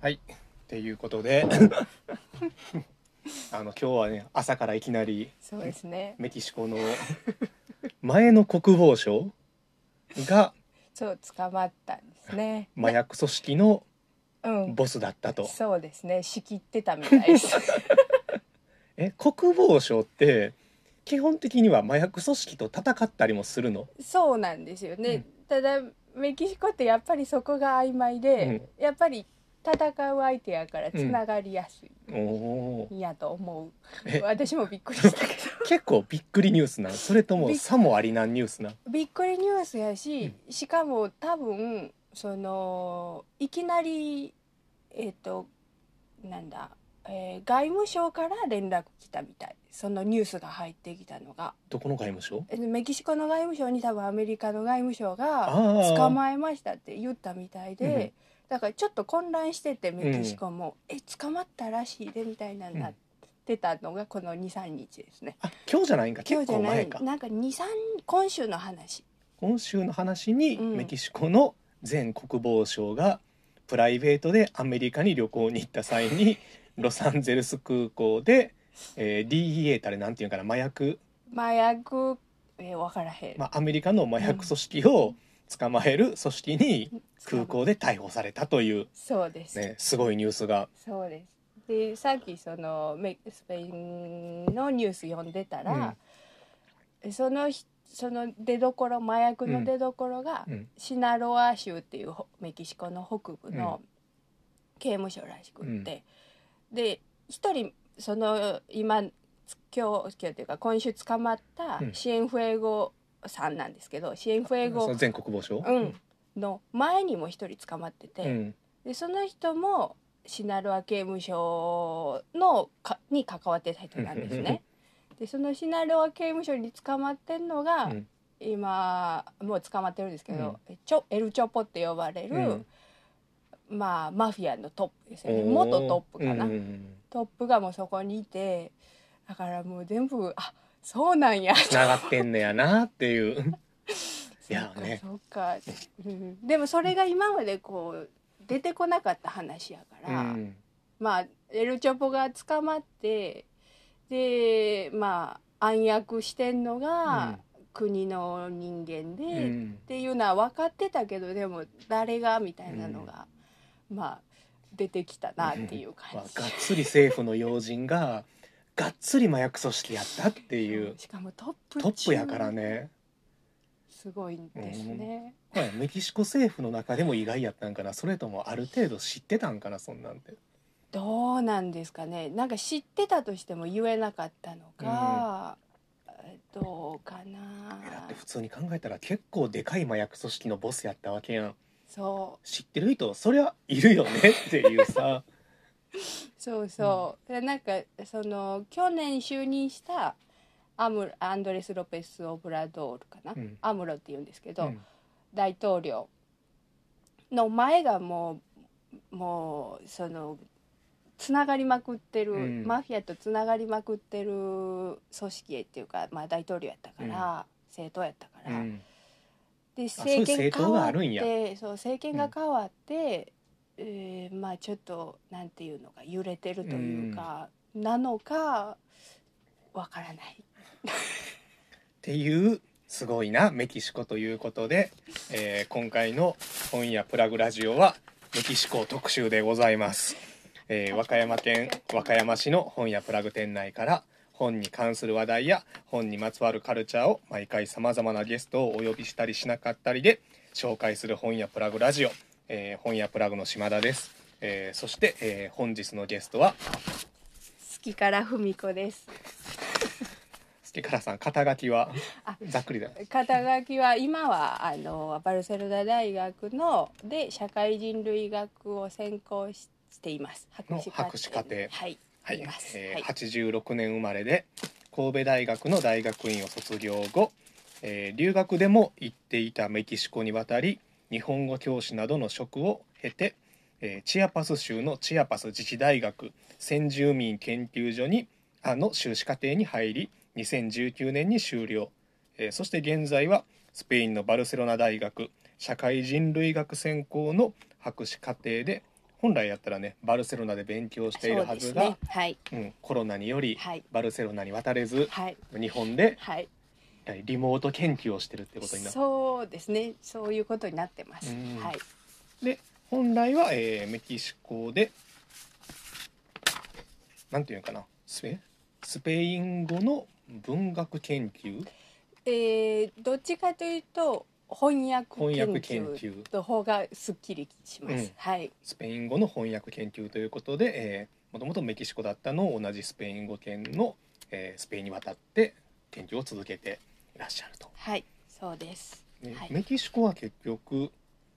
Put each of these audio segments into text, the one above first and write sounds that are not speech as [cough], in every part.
はい。っていうことで、 [laughs] あの今日はね朝からいきなりそうですね。メキシコの前の国防省がそう捕まったんですね。麻薬組織のうん。ボスだったと。そうですね。仕切ってたみたい [laughs] です。え、国防省って基本的には麻薬組織と戦ったりもするの。そうなんですよね。ただメキシコってやっぱりそこが曖昧で、やっぱり戦う相手やからつながりやすおおー。いんやと思えう。私もびっくりしたけ [laughs] 結構びっくりニュースなん。それともびっさもありなんニュースなん。ど、びっくりニュースやし、しかも多分そのいきなりえっ、となんだ。えー外務省から連絡来たみたいそのニュースが入ってきたのがどこの外務省？えメキシコの外務省に多分アメリカの外務省がああ捕まえましたって言ったみたいうんで、だからちょっと混乱しててメキシコも、え捕まったらしいでみたいなになってたのがこの23日ですね。あ、今日じゃないんか。今結日じゃ構な前いか。なんか23今週の話今週の話に、うんメキシコの前国防相がプライベートでアメリカに旅行に行った際 [laughs] にロサンゼルス空港で、えー DEA たれなんていうのかな麻薬、麻薬えー、分からへん、まあ、アメリカの麻薬組織を捕まえる組織に空港で逮捕されたという、そうです、ね、すごいニュースが、そうですでさっきそのメスペインのニュース読んでたら、そのひその出どころ麻薬の出どころが、うんシナロア州っていうほメキシコの北部の刑務所らしくって、で一人その今つ今日今日というか今週捕まったうんシエンフエゴさんなんですけどシエンフエそゴの、前国防相、うん、の前にも一人捕まってて、うんでその人もシナロア刑務所のかに関わってた人なんですね。でそのシナロア刑務所に捕まってんのが、うん今もう捕まってるんですけど、ちょエル・チョポって呼ばれる、うんまあ、マフィアのトップですよねおー元トップかな、うんトップがもうそこにいてだからもう全部あそうなんや繋がってんのやなっていう、いやねそうかそうか、うんでもそれが今までこう出てこなかった話やかうら、んまあエル・チョポが捕まってでまあ暗躍してんのが国の人間で、うっんていうのは分かってたけどでも誰がみたいなのが、まあ出てきたなっていうま感あ、じ。がっつり政府の要人ががっつり麻薬組織やったっていうしかもトップトップやからね、すごいんですね、まあ、メキシコ政府の中でも意外やったんかなそれともある程度知ってたんかなそんなんてどうなんですかねなんか知ってたとしても言えなかったのか、どうかだなって普通に考えたら結構でかい麻薬組織のボスやったわけやんそう知ってる人そりゃいるよねっていうさそうそう、でなんかその去年就任したアムアンドレス・ロペス・オブラドールかな、うんアムロって言うんですけうど、ん大統領の前がもうもうそのつながりまくってる、うんマフィアとつながりまくってる組織っていうか、まあ、大統領やったから、政党やったから、うんでそういう政権政変党がわあっるんやてそう政権うがん変わって、えーまあちょっとなんていうのか揺れてるというか、なのかわからないっていうすごいなメキシコということで、えー今回の「今夜プラグラジオ」はメキシコ特集でございます、えー和歌山県和歌山市の本屋プラグ店内から本に関する話題や本にまつわるカルチャーを毎回さまざまなゲストをお呼びしたりしなかったりで紹介する本屋プラグラジオ、えー本屋プラグの島田です、えーそして、えー本日のゲストは好きからふみこです月からさん肩書きはあざっくりだよ肩書きは今はあのバルセロナ大学ので社会人類学を専攻ししています博士課の博士課程はい、はいいます、えーはい86年生まれで神戸大学の大学院を卒業後、えー留学でも行っていたメキシコに渡り日本語教師などの職を経て、えーチアパス州のチアパス自治大学先住民研究所にあの修士課程に入り2019年に終了、えーそして現在はスペインのバルセロナ大学社会人類学専攻の博士課程で本来やったらねバルセロナで勉強しているはずがそうですねはいうん、コロナによりはいバルセロナに渡れず、はい日本ではいやはりリモート研究をしてるってことになるそうですねそういうことになってます、うんはいで本来は、えーメキシコでなんていうのかなスペスペイン語の文学研究えー、どっちかというと翻訳翻研訳研究究の方がすっきりします、うんはいスペイン語の翻訳研究ということで、えー、もともとメキシコだったのを同じスペイン語圏の、えースペインに渡って研究を続けていらっしゃると。はいそうですねはいメキシコは結局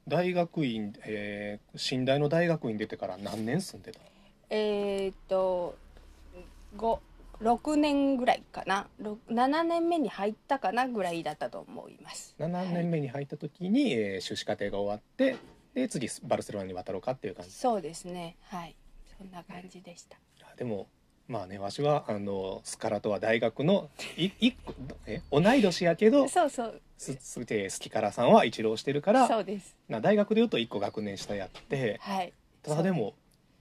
大学院、えー、寝台の大学院出てから何年住んでたのえー、っと五6年ぐらいかなろ7年目に入ったかなぐらいだったと思います7年目に入った時に、えー修士課程が終わってで次バルセロナに渡ろうかっていう感じそうですねはいそんな感じでしたあでもまあねわしはあのスカラとは大学のい一個え同い年やけどそうそうすすえースキカラさんは一浪してるからそうですな大学でいうと一個学年下やってはいたそだうでも、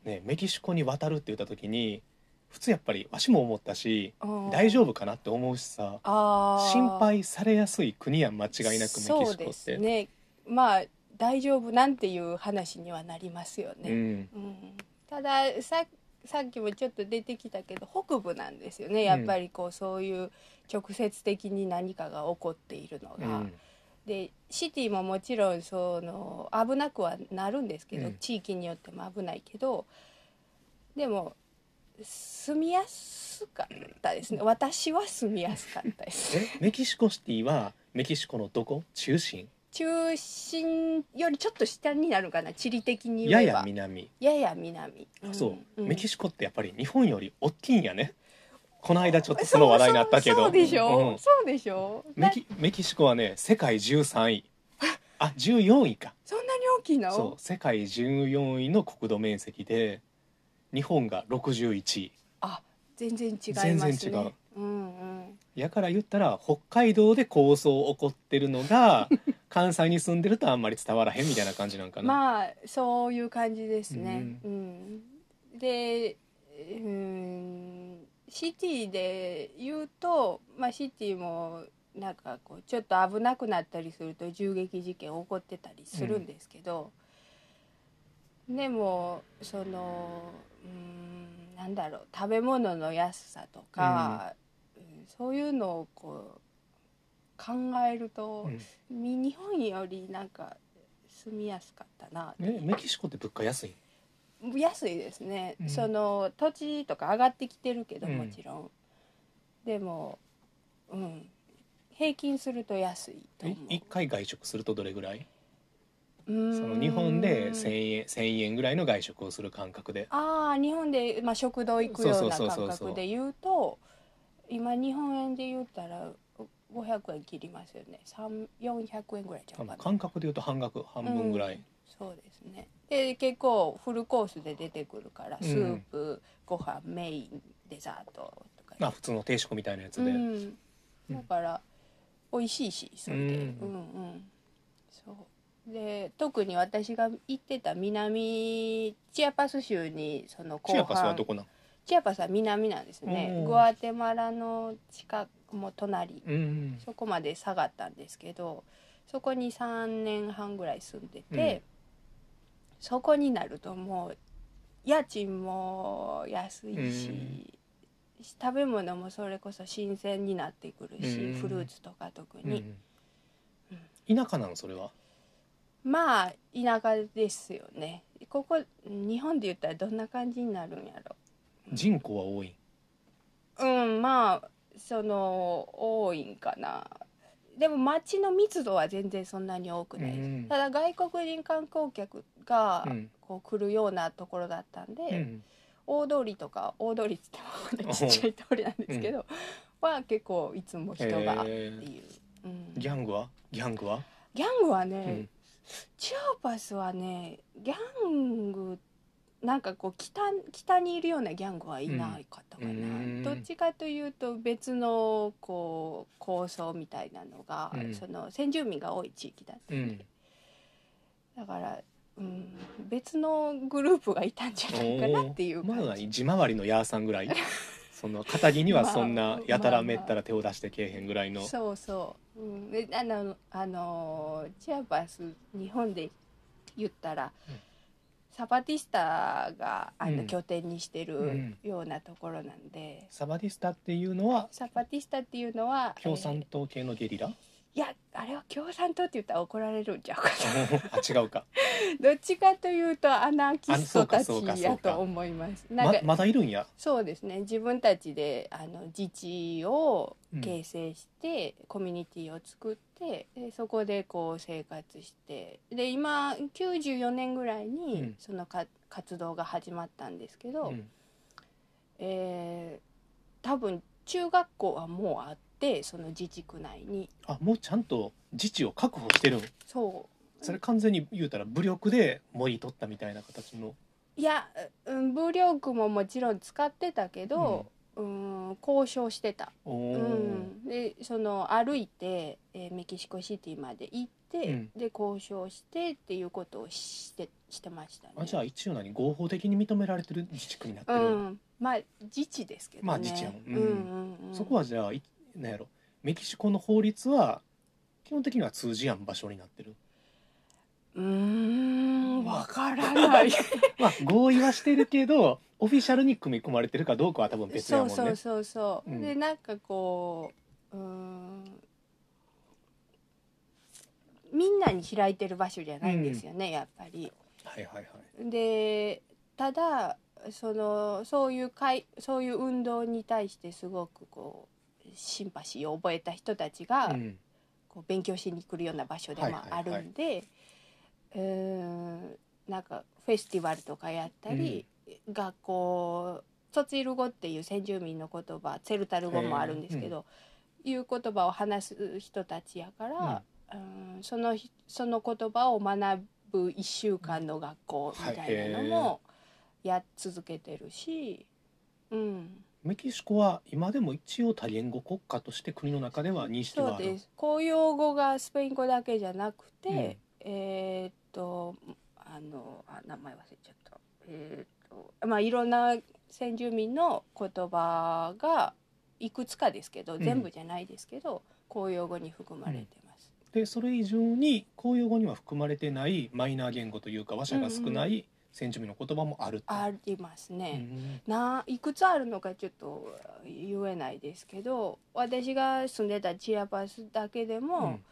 ね、メキシコに渡るって言った時に普通やっぱりわしも思ったしうん大丈夫かなって思うしさあー心配されやすい国やん間違いなくメキシコってそうですねまあ大丈夫なんていう話にはなりますようね、んうんただささっきもちょっと出てきたけど北部なんですよねやっぱりこうそういう直接的に何かが起こっているのうが、んでシティももちろんその危なくはなるんですけど、うん地域によっても危ないけどでも住みやすかったですね私は住みやすかったですえメキシコシティはメキシコのどこ中心中心よりちょっと下になるかな地理的にや言えやば南やや南そう、メキシシコってやっぱり日本より大きいんやねこの間ちょっとその話題になったけどそうそうでしょ、うんそうでしょメキメキシコはね世界13位あ14位かなそんなに大きいのそう世界14位の国土面積で日本が61位あ全然違いますね全然違ううんうんやから言ったら北海道で抗争起こってるの [laughs] が関西に住んでるとあんまり伝わらへんみたいな感じなんかな、まあそういう感じですね。うんで、うん、シティで言うと、まあ、シティもなんかこうちょっと危なくなったりすると銃撃事件起こってたりするんですけど、でもその、うん、なんだろう食べ物の安さとか、うんそういうのをこう考えると。うんみ日本よりなんか住みやすかったな、ね、メキシコって物価安い安いですね、うんその土地とか上がってきてるけどうんもちろん、でもうん平均すると安いと思う1回外食するとどれぐらいそその日本で1,000円1円ぐらいの外食をする感覚でああ日本で、まあ、食堂行くようなそうそうそう感そうそう覚で言うと今日本円で言ったら500円切りますよね3 400円ぐらいちゃうかな感覚でいうと半額半分ぐらい、そうですねで結構フルコースで出てくるからうんスープ、ご飯メインデザートとか、まあ普通の定食みたいなやつうで、ん、だから美味しいしそれで、うんうんうんそうで特に私が行ってた南チアパス州にそのチ後半アパスはどこなのチアパスは南なんですねうんグアテマラの近くも隣うんそこまで下がったんですけどそこに3年半ぐらい住んでて、そこになるともう家賃も安いし、食べ物もそれこそ新鮮になってくるし、うんフルーツとか特うに、ん田舎なのそれはまあ田舎ですよねここ日本で言ったらどんな感じになるんやろ人口は多いうんまあその多いんかなでも街の密度は全然そんなに多くないです、うんただ外国人観光客がうんこう来るようなところだったんで、うん大通りとか大通りっつってもこんなちっちゃい通りなんですけど、は結構いつも人がってへーいう、うん、ギャングはギャングは、ギャングはね、うんチアパスはねギャングなんかこう北北にいるようなギャングはいないかったかな、うんどっちかというと別のこう構想みたいなのが、うんその先住民が多い地域だったうんだからうん、別のグループがいたんじゃないかなっていうまあ感じ、何地回りのヤーさんぐ [laughs] らいその肩着にはそんまあなやたらめったら手を出してけえへんぐらいの、そうそう、うん、であのあのチアバス日本で言ったら、うんサパティスタがあの、うん拠点にしてうるんようなところなんで、サバディスタっていうのはサパティスタっていうのは共産党系のゲリラえーいやあれは共産党って言ったら怒られるんちゃうかなあ違うかどっちかというとアナーキストたちあそうかそうかそやうかと思います [laughs] なんまか、まだいるんやそうですね自分たちであの自治を形成して、コミュニティを作ってでそこでこう生活してで今94年ぐらいうにんそのか、活動が始まったんですけど、うんえー多分中学校はもうあってその自治区内にあもうちゃんと自治を確保してるんそうそれ完全に言うたら武力でもり取ったみたいな形のいや、うん、武力ももちろん使ってたけど、うん、交渉してた、おうお、ん、でその歩いて、えーメキシコシティまで行って、うんで交渉してっていうことをしてしてましたねあじゃあ一応何合法的に認められてる自治区になってうる、ん、まあ自治ですけどねまあ自治やもんうんうんうんうん、そこはじゃあいなんやろメキシコの法律は基本的には通じやん場所になってるうーんわからないまあ合意はしてるけどオフィシャルに組み込まれてるかどうかは多分 [laughs] 別やそもんうねそうそうそう、うんでなんかこううーんみんなに開いてる場所じゃないんですよね、やっぱり。はいはいはいでただそのそういう会そういう運動に対してすごくこうシンパシーを覚えた人たちが、うんこう勉強しに来るような場所でもあるんで、うーんなんかフェスティバルとかやったり、学校ツツイル語っていう先住民の言葉ツェルタル語もあるんですけど、いう言葉を話す人たちやから、うーんその日その言葉を学ぶ1週間の学校みたいなのもやっ続けてるし、うん。メキシコは今でも一応多言語国家として国の中では認識そはうあるです公用語がスペイン語だけじゃなくて、えーっとあのあ名前忘れちゃったえーっとまあいろんな先住民の言葉がいくつかですけど、ん全部じゃないですけど公用語に含まれてます、でそれ以上に公用語には含まれてないマイナー言語というか話者が少ない先住民の言葉もあるってありますうね、んないくつあるのかちょっと言えないですけど私が住んでたチアパスだけでも、うん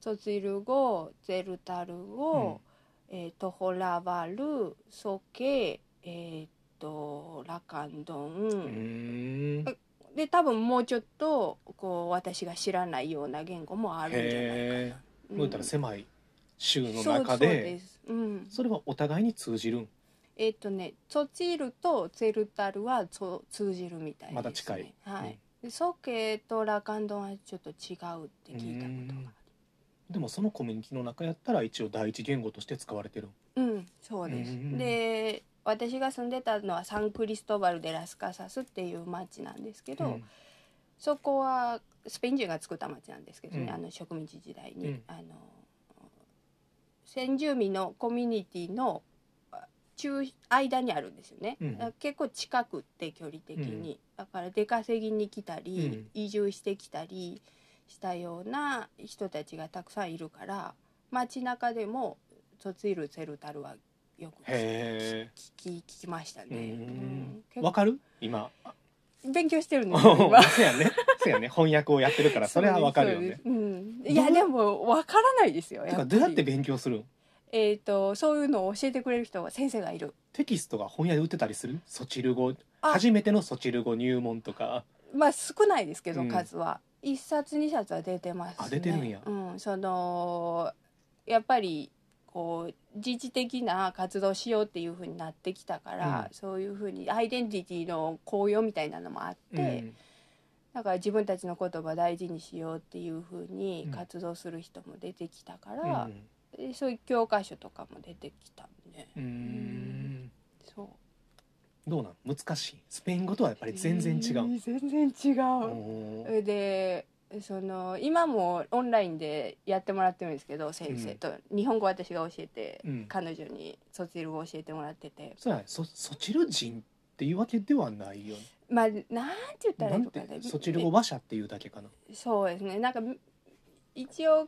ツォツイル語ゼルタル語、えートホラバルソケえーっとラカンドうン、ーんで多分もうちょっとこう私が知らないような言語もあるんじゃないかへえな。言うたら狭い州うんのそうそ中うでです、うん、それはお互いに通じるんえーっとねツォツイルとゼルタルはそう通じるみたいです、ね、まだ近いはい、でソケとラカンドンはちょっと違うって聞いたことがあるでもそのコミュニティの中やったら一応第一言語として使われてるうん、そうです。うんうんうんで、私が住んでたのはサンクリストバルデラスカサスっていう町なんですけど、うんそこはスペイン人が作った町なんですけどね、うんあの植民地時代に、うんあの先住民のコミュニティのあ中間にあるんですよね。うんだから結構近くって距離的に、だから出稼ぎに来たり、移住してきたりしたような人たちがたくさんいるから、街中でもツォツイルセルタルはよく聞へき聞きましたね。うんうん結わ構かる今勉強してる [laughs] んですよ今。そうやねそうやね翻訳をやってるからそれはわかるよそうでねす。うん、どういやでもわからないですよ。てやかっどうやぱってり。勉強するんえっ、とそういうのを教えてくれる人は先生がいる。テキストが本屋で売ってたりするソチル語あ初めてのソチル語入門とかまあ少ないですけど、うん数は一冊二冊は出てます、ね。あ出てるんやうん、そのやっぱりこう自治的な活動しようっていうふうになってきたから、うそういうふうにアイデンティティの高揚みたいなのもあって。うんだから自分たちの言葉大事にしようっていうふうにうん活動する人も出てきたかうら、んでそういう教科書とかも出てきたんで、うーんそうどうなん難しいスペイン語とはやっぱり全然違うえー全然違う、おーでその今もオンラインでやってもらってるんですけど先生と、日本語私が教えて、うん彼女に卒業を教えてもらっててそうやねそそちる人っていうわけではないよねまあなんて言ったらないいんのかてなそちる語馬車っていうだけかなそうですねなんか一応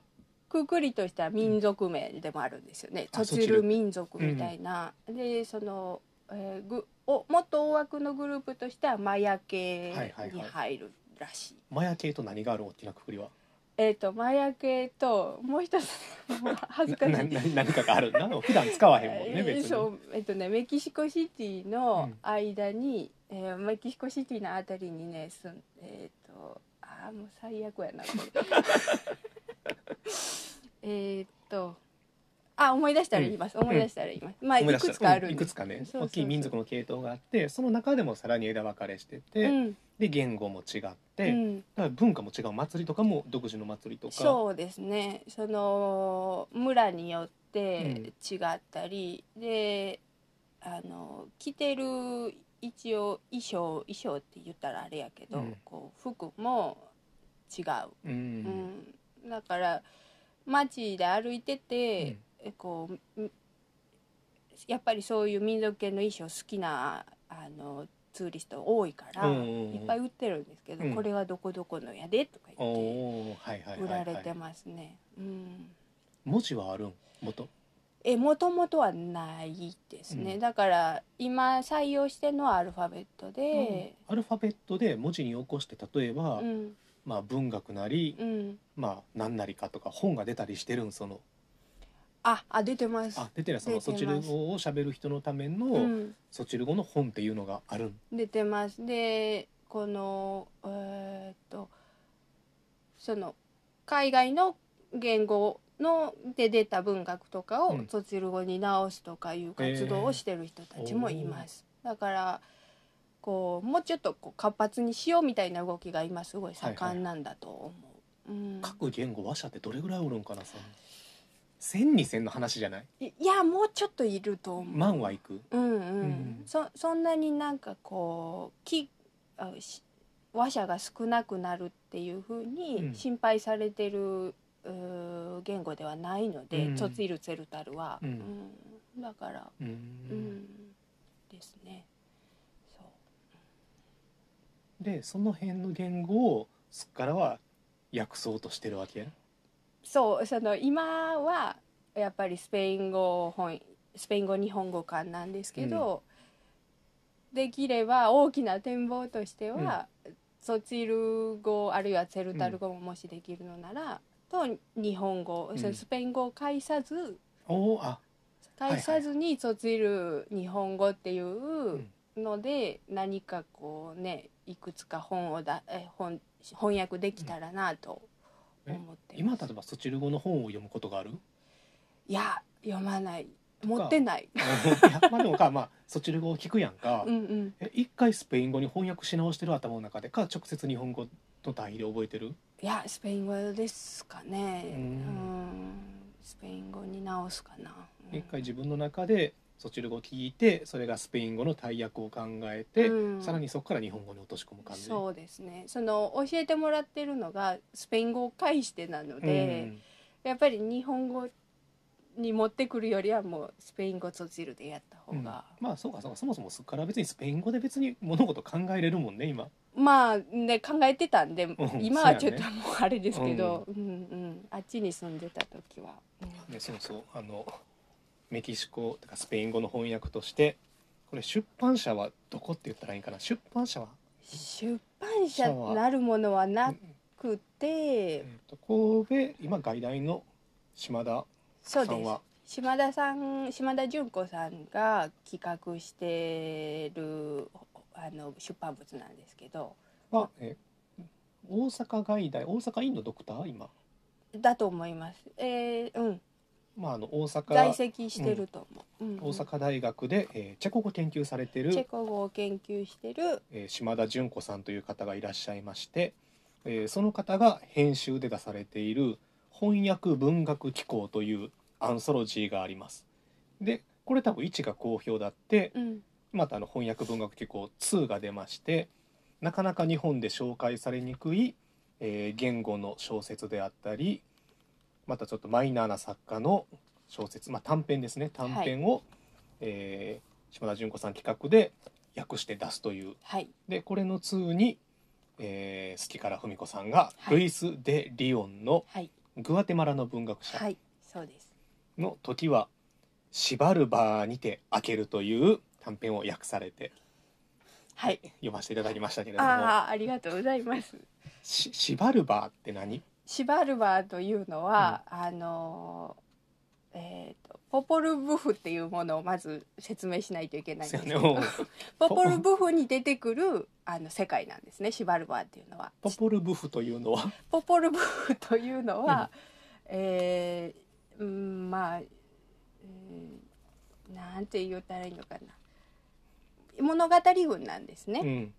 くくりとした民族名でもあるんですよね、あとちる民族みたいな、でその、えーぐおもっと大枠のグループとしてはマヤ系はいはいはいに入るらしい,、マヤ系と何がある大きなくくりはえっ、とマヤ系ともう一つもう恥ずかしいな [laughs] な何かがあるな普段使わへんもんね別にそうえっとねメキシコシティのうん間に、えーメキシコシティのあたりにねすんえっ、とああもう最悪やなこれ [laughs] えっとあ思い出したら言います、思い出したら言います、まあい思い出くしたつかあるうんんいでくすつかねそうそうそう大きい民族の系統があってその中でもさらに枝分かれしてて、うんで言語も違って、うだからん、文化も違う祭りとかも独自の祭りとかそうですねその村によって違ったり、であの着てる一応衣装衣装って言ったらあれやけど、うんこう服も違ううう、ん、うんだから街で歩いてて、えこうみやっぱりそういう民族系の衣装好きなあのツーリスト多いから、うんうんうんいっぱい売ってるんですけど、うんこれはどこどこのやでとかお言って。おはいはい売はらい、れはてい、ますね。うん。文字はあるん元え、もともとはないですね。うんだから、今採用してるのはアルファベットで。アルファベットで文字に起こして例えば、うん。まあ文学なり、うん。まあ何なりかとか本が出たりしてるんそのあ、あ、出てます。あ出てるその出てそますちる語を喋る人のための、うん。そちる語の本っていうのがあるん出てます。で、この、えーっと。その。海外の言語。ので出た文学とかうをん卒チル語に直すとかいう活動をしてる人たちもいます、だからこうもうちょっとこう活発にしようみたいな動きが今すごい盛んなんだと思う、うん、各言語話者ってどれぐらいおるんかなさ千二千の話じゃないいいやもうちょっといると思う、万はいくうんうん、うんそそんなになんかこうきあし話者が少なくなるっていうふううんに心配されてる、うー言語ではないので、うんツォツイルツェルタルは、うんうんだからうーうんんですねそうでその辺の言語をすっからは訳そうとしてるわけそうその今はやっぱりスペイン語本スペイン語日本語間なんですけど、できれば大きな展望としては、ソチル語あるいはツェルタル語ももしできるのなら、と日本語、うんそのスペイン語を介さずおおあ介さずにソチル日本語っていうので、何かこうねいくつか本をだえ本翻訳できたらなと思ってます。今例えばそちる語の本を読むことがあ [laughs] るいや読まない持ってないいやまあでもかまあそちる語を聞くやんか、うんうんえ一回スペイン語に翻訳し直してる頭の中でか直接日本語の単位で覚えてるいやスペイン語ですかねううんんスペイン語に直すかな、うん一回自分の中でそちる語を聞いてそれがスペイン語の大訳を考えて、うんさらにそこから日本語に落とし込む感じそうですねその教えてもらってるのがスペイン語を介してなので、やっぱり日本語に持ってくるよりはもうスペイン語とジルでやった方うんうんが、まあそうかそうかそもそもすっから別にスペイン語で別に物事考えれるもんね今まあね考えてたんで、ん今はそちうょっやねともうあれですけど、うんうんあっちに住んでた時は、うんねそうそうあのメキシコとかスペイン語の翻訳としてこれ出版社はどこって言ったらいいんかな出版社は、出版社なるものはなくて、えっと神戸今外大の島田そうさんではす島田さん島田純子さんが企画してるあの出版物なんですけどは、え大阪外大大阪院のドクター今、だと思いますえーうんまあ、あの大在阪籍してると思う、うんうん大阪大学で、えーチェコ語研究されてるチェコ語を研究してるえー島田純子さんという方がいらっしゃいまして、えーその方が編集で出されている「翻訳文学機構」というアンソロジーがあります。でこれ多分1が好評だってうんまたあの翻訳文学機構2が出ましてなかなか日本で紹介されにくいえー言語の小説であったりまたちょっとマイナーな作家の小説、まあ、短編ですね短編を、えー島田純子さん企画で訳して出すというはいでこれの2に、えー、好きから文子さんが、はいルイス・デ・リオンのはいグアテマラの文学者はいそうですの「時は縛るバーにて開ける」という短編を訳されてはい読ませていただきましたけれどもああありがとうございます「し縛るバー」って何シバルバーというのは、あのーえーとポポルブフっていうものをまず説明しないといけないんですけですよどね [laughs] ポポルブフに出てくるあの世界なんですねシバルバーっていうのは。ポポルブフというのは、ポポルブフというのは、えーうんまあ、うん、なんて言ったらいいのかな物語軍なんですね。うん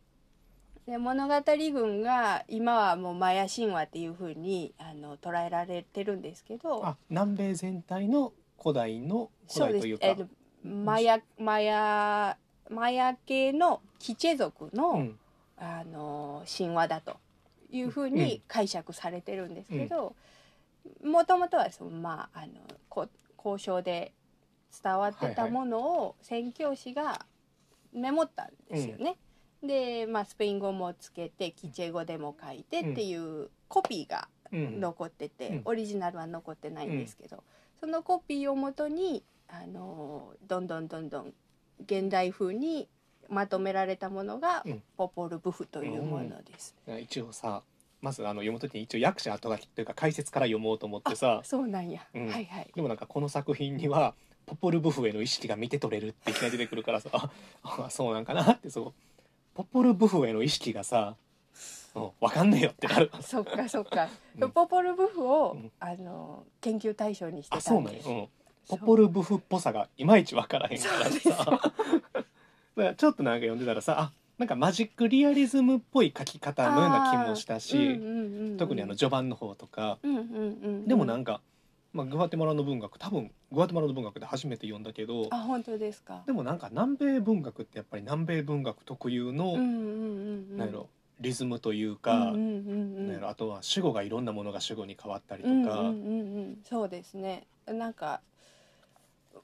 で物語軍が今はもうマヤ神話っていうふうにあの捉えられてるんですけどあ南米全体の古代の古そう代でとすいうかえっとマヤマヤマヤ系のキチェ族の,、うんあの神話だというふうに解釈されてるんですけどもともとはその、まあ、あのこ交渉で伝わってたものを宣教師がメモったんですよね。で、まあ、スペイン語もつけてキチェ語でも書いてっていうコピーがうん残ってて、うんオリジナルは残ってないんですけど、そのコピーをもとにあのーどんどんどんどん現代風にまとめられたものがうんポポルブフというものです。一応さまずあの読むときに一応役者後書きというか解説から読もうと思ってさそうなんや、うんはいはい。でもなんかこの作品にはポポルブフへの意識が見て取れるっていきなり出てくるからさ [laughs] ああそうなんかなってそうポポルブフへの意識がさうんわかんねえよってなるそ [laughs] っかそっか。うんポポルブフを、うんあのー研究対象にしてあたそうんなんでよ、す。うん、そうポポルブフっぽさがいまいちわからへんからそうですよさだから [laughs] ちょっとなんか読んでたらさあなんかマジックリアリズムっぽい書き方のような気もしたし、うんうんうんうん特にあの序盤の方とか、うんうんうんうん、でもなんか、まあ、グアテマラの文学多分グアテマラの文学で初めて読んだけどあ本当ですか。でもなんか南米文学ってやっぱり南米文学特有の、うんうんうんうん。なんやろリズムといううんか、うんうんうんなんやろあとは主語がいろんなものが主語に変わったりとうんか、うんうんうん、そうですねなんか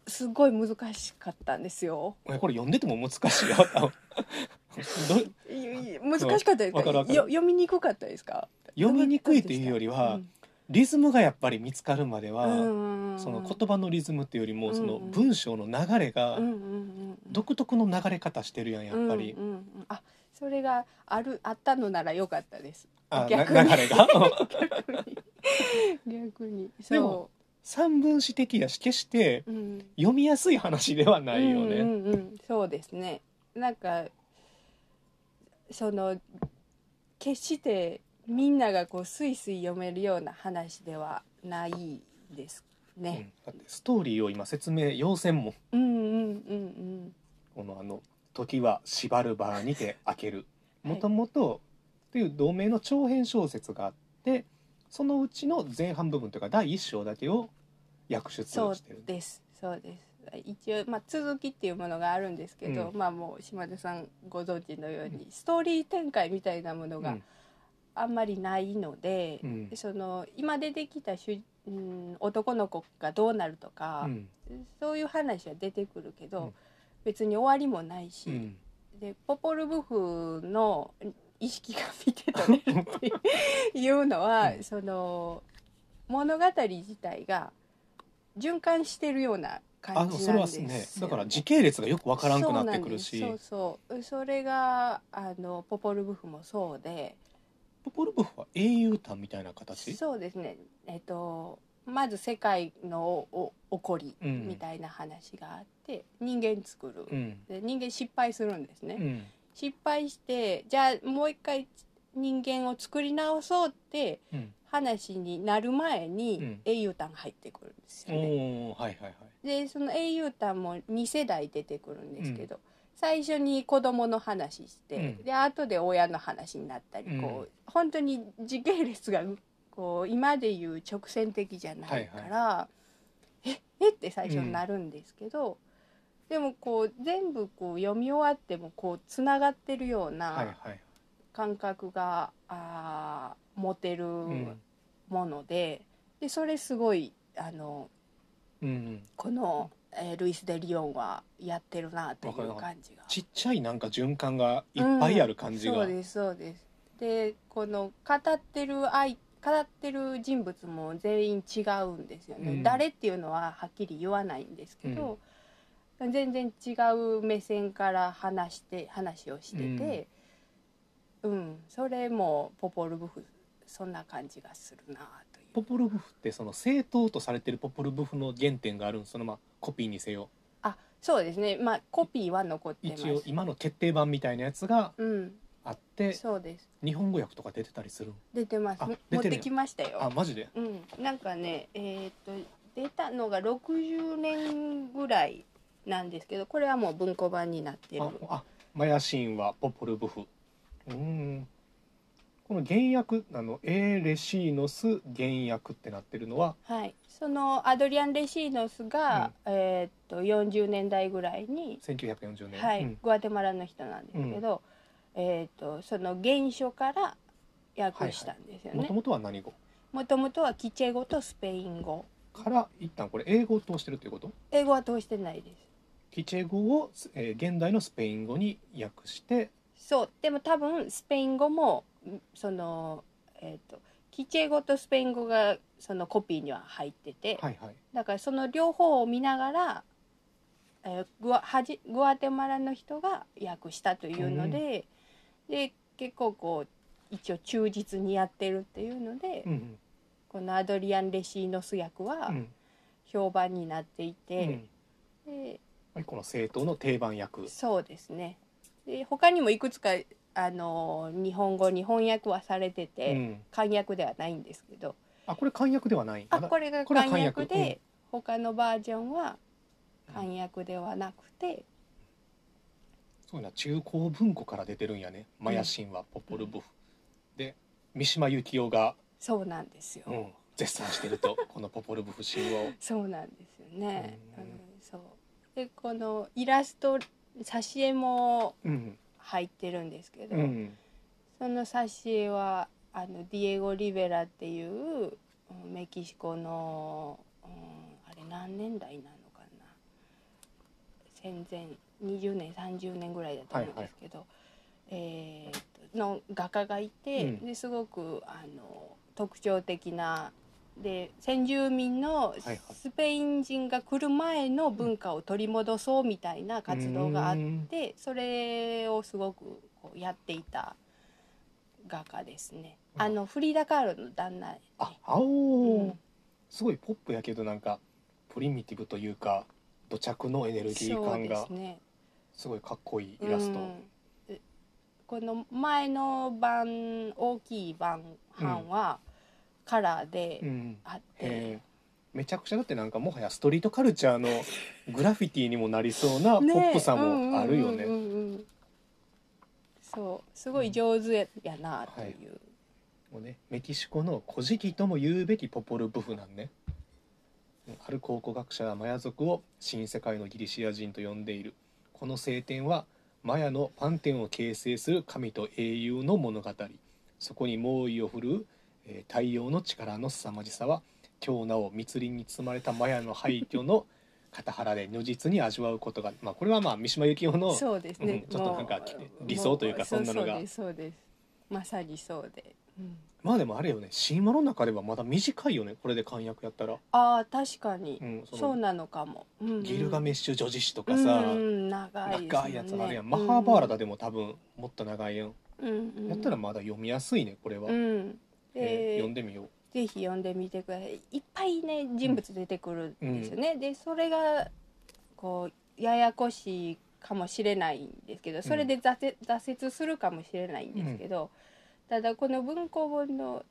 すごい難しかったんですよえこれ読んでても難しいよあの [laughs] どいいい難しかったですかわかるわかるよ読みにくかったですか読みにくいというよりは、リズムがやっぱり見つかるまでは、その言葉のリズムっていうよりも、そのうんうん文章の流れがど独特の流れ方してるやんやっぱり、うんうんうん、あそれがあるあったのなら良かったですあな [laughs] 逆に流れが逆に逆にでもそ三分詞的やし決してう、うん、読みやすい話ではないよね。うんうんうん、そうですね。なんかその決してみんながこうスイスイ読めるような話ではないですうんね。だってストーリーを今説明要せんもんうんうんうんこのあの「時は縛るバーにて開ける」はいもともとっていう同名の長編小説があってそのうちの前半部分というか第一章だけを訳出うん。そうしてるです。そうです。一応まあ続きっていうものがあるんですけど、うまあもう島田さんご存知のようにストーリー展開みたいなものうがんあんまりないので、うんその今出てきた主、うん、男の子がどうなるとか、うんそういう話は出てくるけど、うん別に終わりもないし、うんでポポルブフの意識が見て [laughs] 取れるっていうのは、うんその物語自体が循環してるようなあ感のじそなれんはですすよ、ねね。だから時系列がよくわからんくなってくるしそうなんですそうそうそれがあのポポルブフもそうでポポルブフは英雄譚みたいな形そうですねえっとまず世界のおお起こりみたいな話があって、人間作る、うんで人間失敗するんですね、うん失敗してじゃあもう一回人間を作り直そうってうん話になる前うにん英雄譚入ってくるんですよね、おーはいはいはいでその英雄譚も2世代出てくるんですけど、最初に子供の話して、うんで後で親の話になったり、こう本当に時系列がこう今でいう直線的じゃないから、ええって最初になるんですけど、でもこう全部こう読み終わってもこうつながってるような、はいはい感覚があー持てるうんもので,、でそれすごいあのうんこの、えールイス・デ・リオンはやってるなといわかるわうかる感じが。ちっちゃいなんか循環がいっぱいある感じが、そうですそうですでこの語ってる愛語ってる人物も全員違うんですよね、うん誰っていうのははっきり言わないんですけど、全然違う目線から話して話をしててうん、それもポポルブフそんな感じがするなというポポルブフってその正当とされてるポポルブフの原点があるんそのまあコピーにせよあそうですねまあコピーは残ってます一応今の決定版みたいなやつがうんあってそうです日本語訳とか出てたりする出てますあ出てる持ってきましたよあマジでうん、なんかね、えーっと出たのが60年ぐらいなんですけどこれはもう文庫版になってるああマヤシーンはポポルブフうーんこの原訳あのエーレシーノス原訳ってなってるのははい、そのアドリアン・レシーノスが、えーっと40年代ぐらいに、 1940年、はいうんグアテマラの人なんですけど、えーっとその原書から訳したんですよもねともとは何語もともとはキチェ語とスペイン語から一旦これ英語を通してるということ英語は通してないですキチェ語を、えー現代のスペイン語に訳してそうでも多分スペイン語もんそのえっ、とキチェ語とスペイン語がそのコピーには入ってて、はいはいだからその両方を見ながら、えーグアはじグアテマラの人が訳したというので、で結構こう一応忠実にやってるっていうので、うんこのアドリアン・レシーノス役うはんうん評判になっていうてん、ではいこの正当の定番訳そうですねで他にもいくつかあの日本語に翻訳はされてて。うん、簡約ではないんですけどあこれ簡訳ではないあまだこれがこれは簡約簡約で他のバージョンは簡約ではなくてそうやな中高文庫から出てるんやね「マヤ神話ポポルブフ」で三島由紀夫が、そうなんですよ、うん、絶賛してると [laughs] この「ポポルブフ神話を」そうなんですよね、ううんんそうでこのイラスト挿絵もうん入ってるんですけど、うんその挿絵はあのディエゴ・リベラっていううんメキシコの、うん、あれ何年代なのかな戦前20年30年ぐらいだと思うんですけど、えーっとの画家がいて、うんですごくあの特徴的なで先住民のいはいスペイン人が来る前の文化を取り戻そうみたいな活動があってうんでそれをすごくこうやっていた画家ですね、うんあのフリーダ・カールの旦那、ねああおうー、んすごいポップやけどなんかプリミティブというか土着のエネルギーそう感でがすねすごいかっこいいイラスト、うんでこの前の版大きい版版はカラーうでんあって、へえめちゃくちゃだってなんかもはやストリートカルチャーのグラフィティにもなりそうなポねップさもあるようんうね。んうんうんそうすごい上手ややなという、もうねメキシコの「古事記」とも言うべきポポル・ブフなんね。ある考古学者はマヤ族を新世界のギリシア人と呼んでいるこの聖典はマヤのパンテオンを形成する神と英雄の物語そこに猛威を振るう、えー太陽の力の凄まじさは今日なお密林に包まれたマヤの廃墟の片腹で如実に味わうことが、まあ、これはまあ三島由紀夫のそうですね、うんちょっとなんかもう理想というかもそんなのがそうですそうですまさにそうで、うんまあでもあれよね神話の中ではまだ短いよねこれで漢訳やったら、ああ確かに、うん、そそのうなのかも、うんうんギルガメッシュ女子誌とかさ、うん長いですもんね長いやつあるやん、マハーバーラダでも多分もっと長いやん、うんうんやったらまだ読みやすいねこれは、うんえーで読んでみようぜひ読んでみてくださいいっぱいね人物出てくるんですよね、でそれがこうややこしいかもしれないんですけどそれで挫折,、挫折するかもしれないんですけど、ただこの文庫本の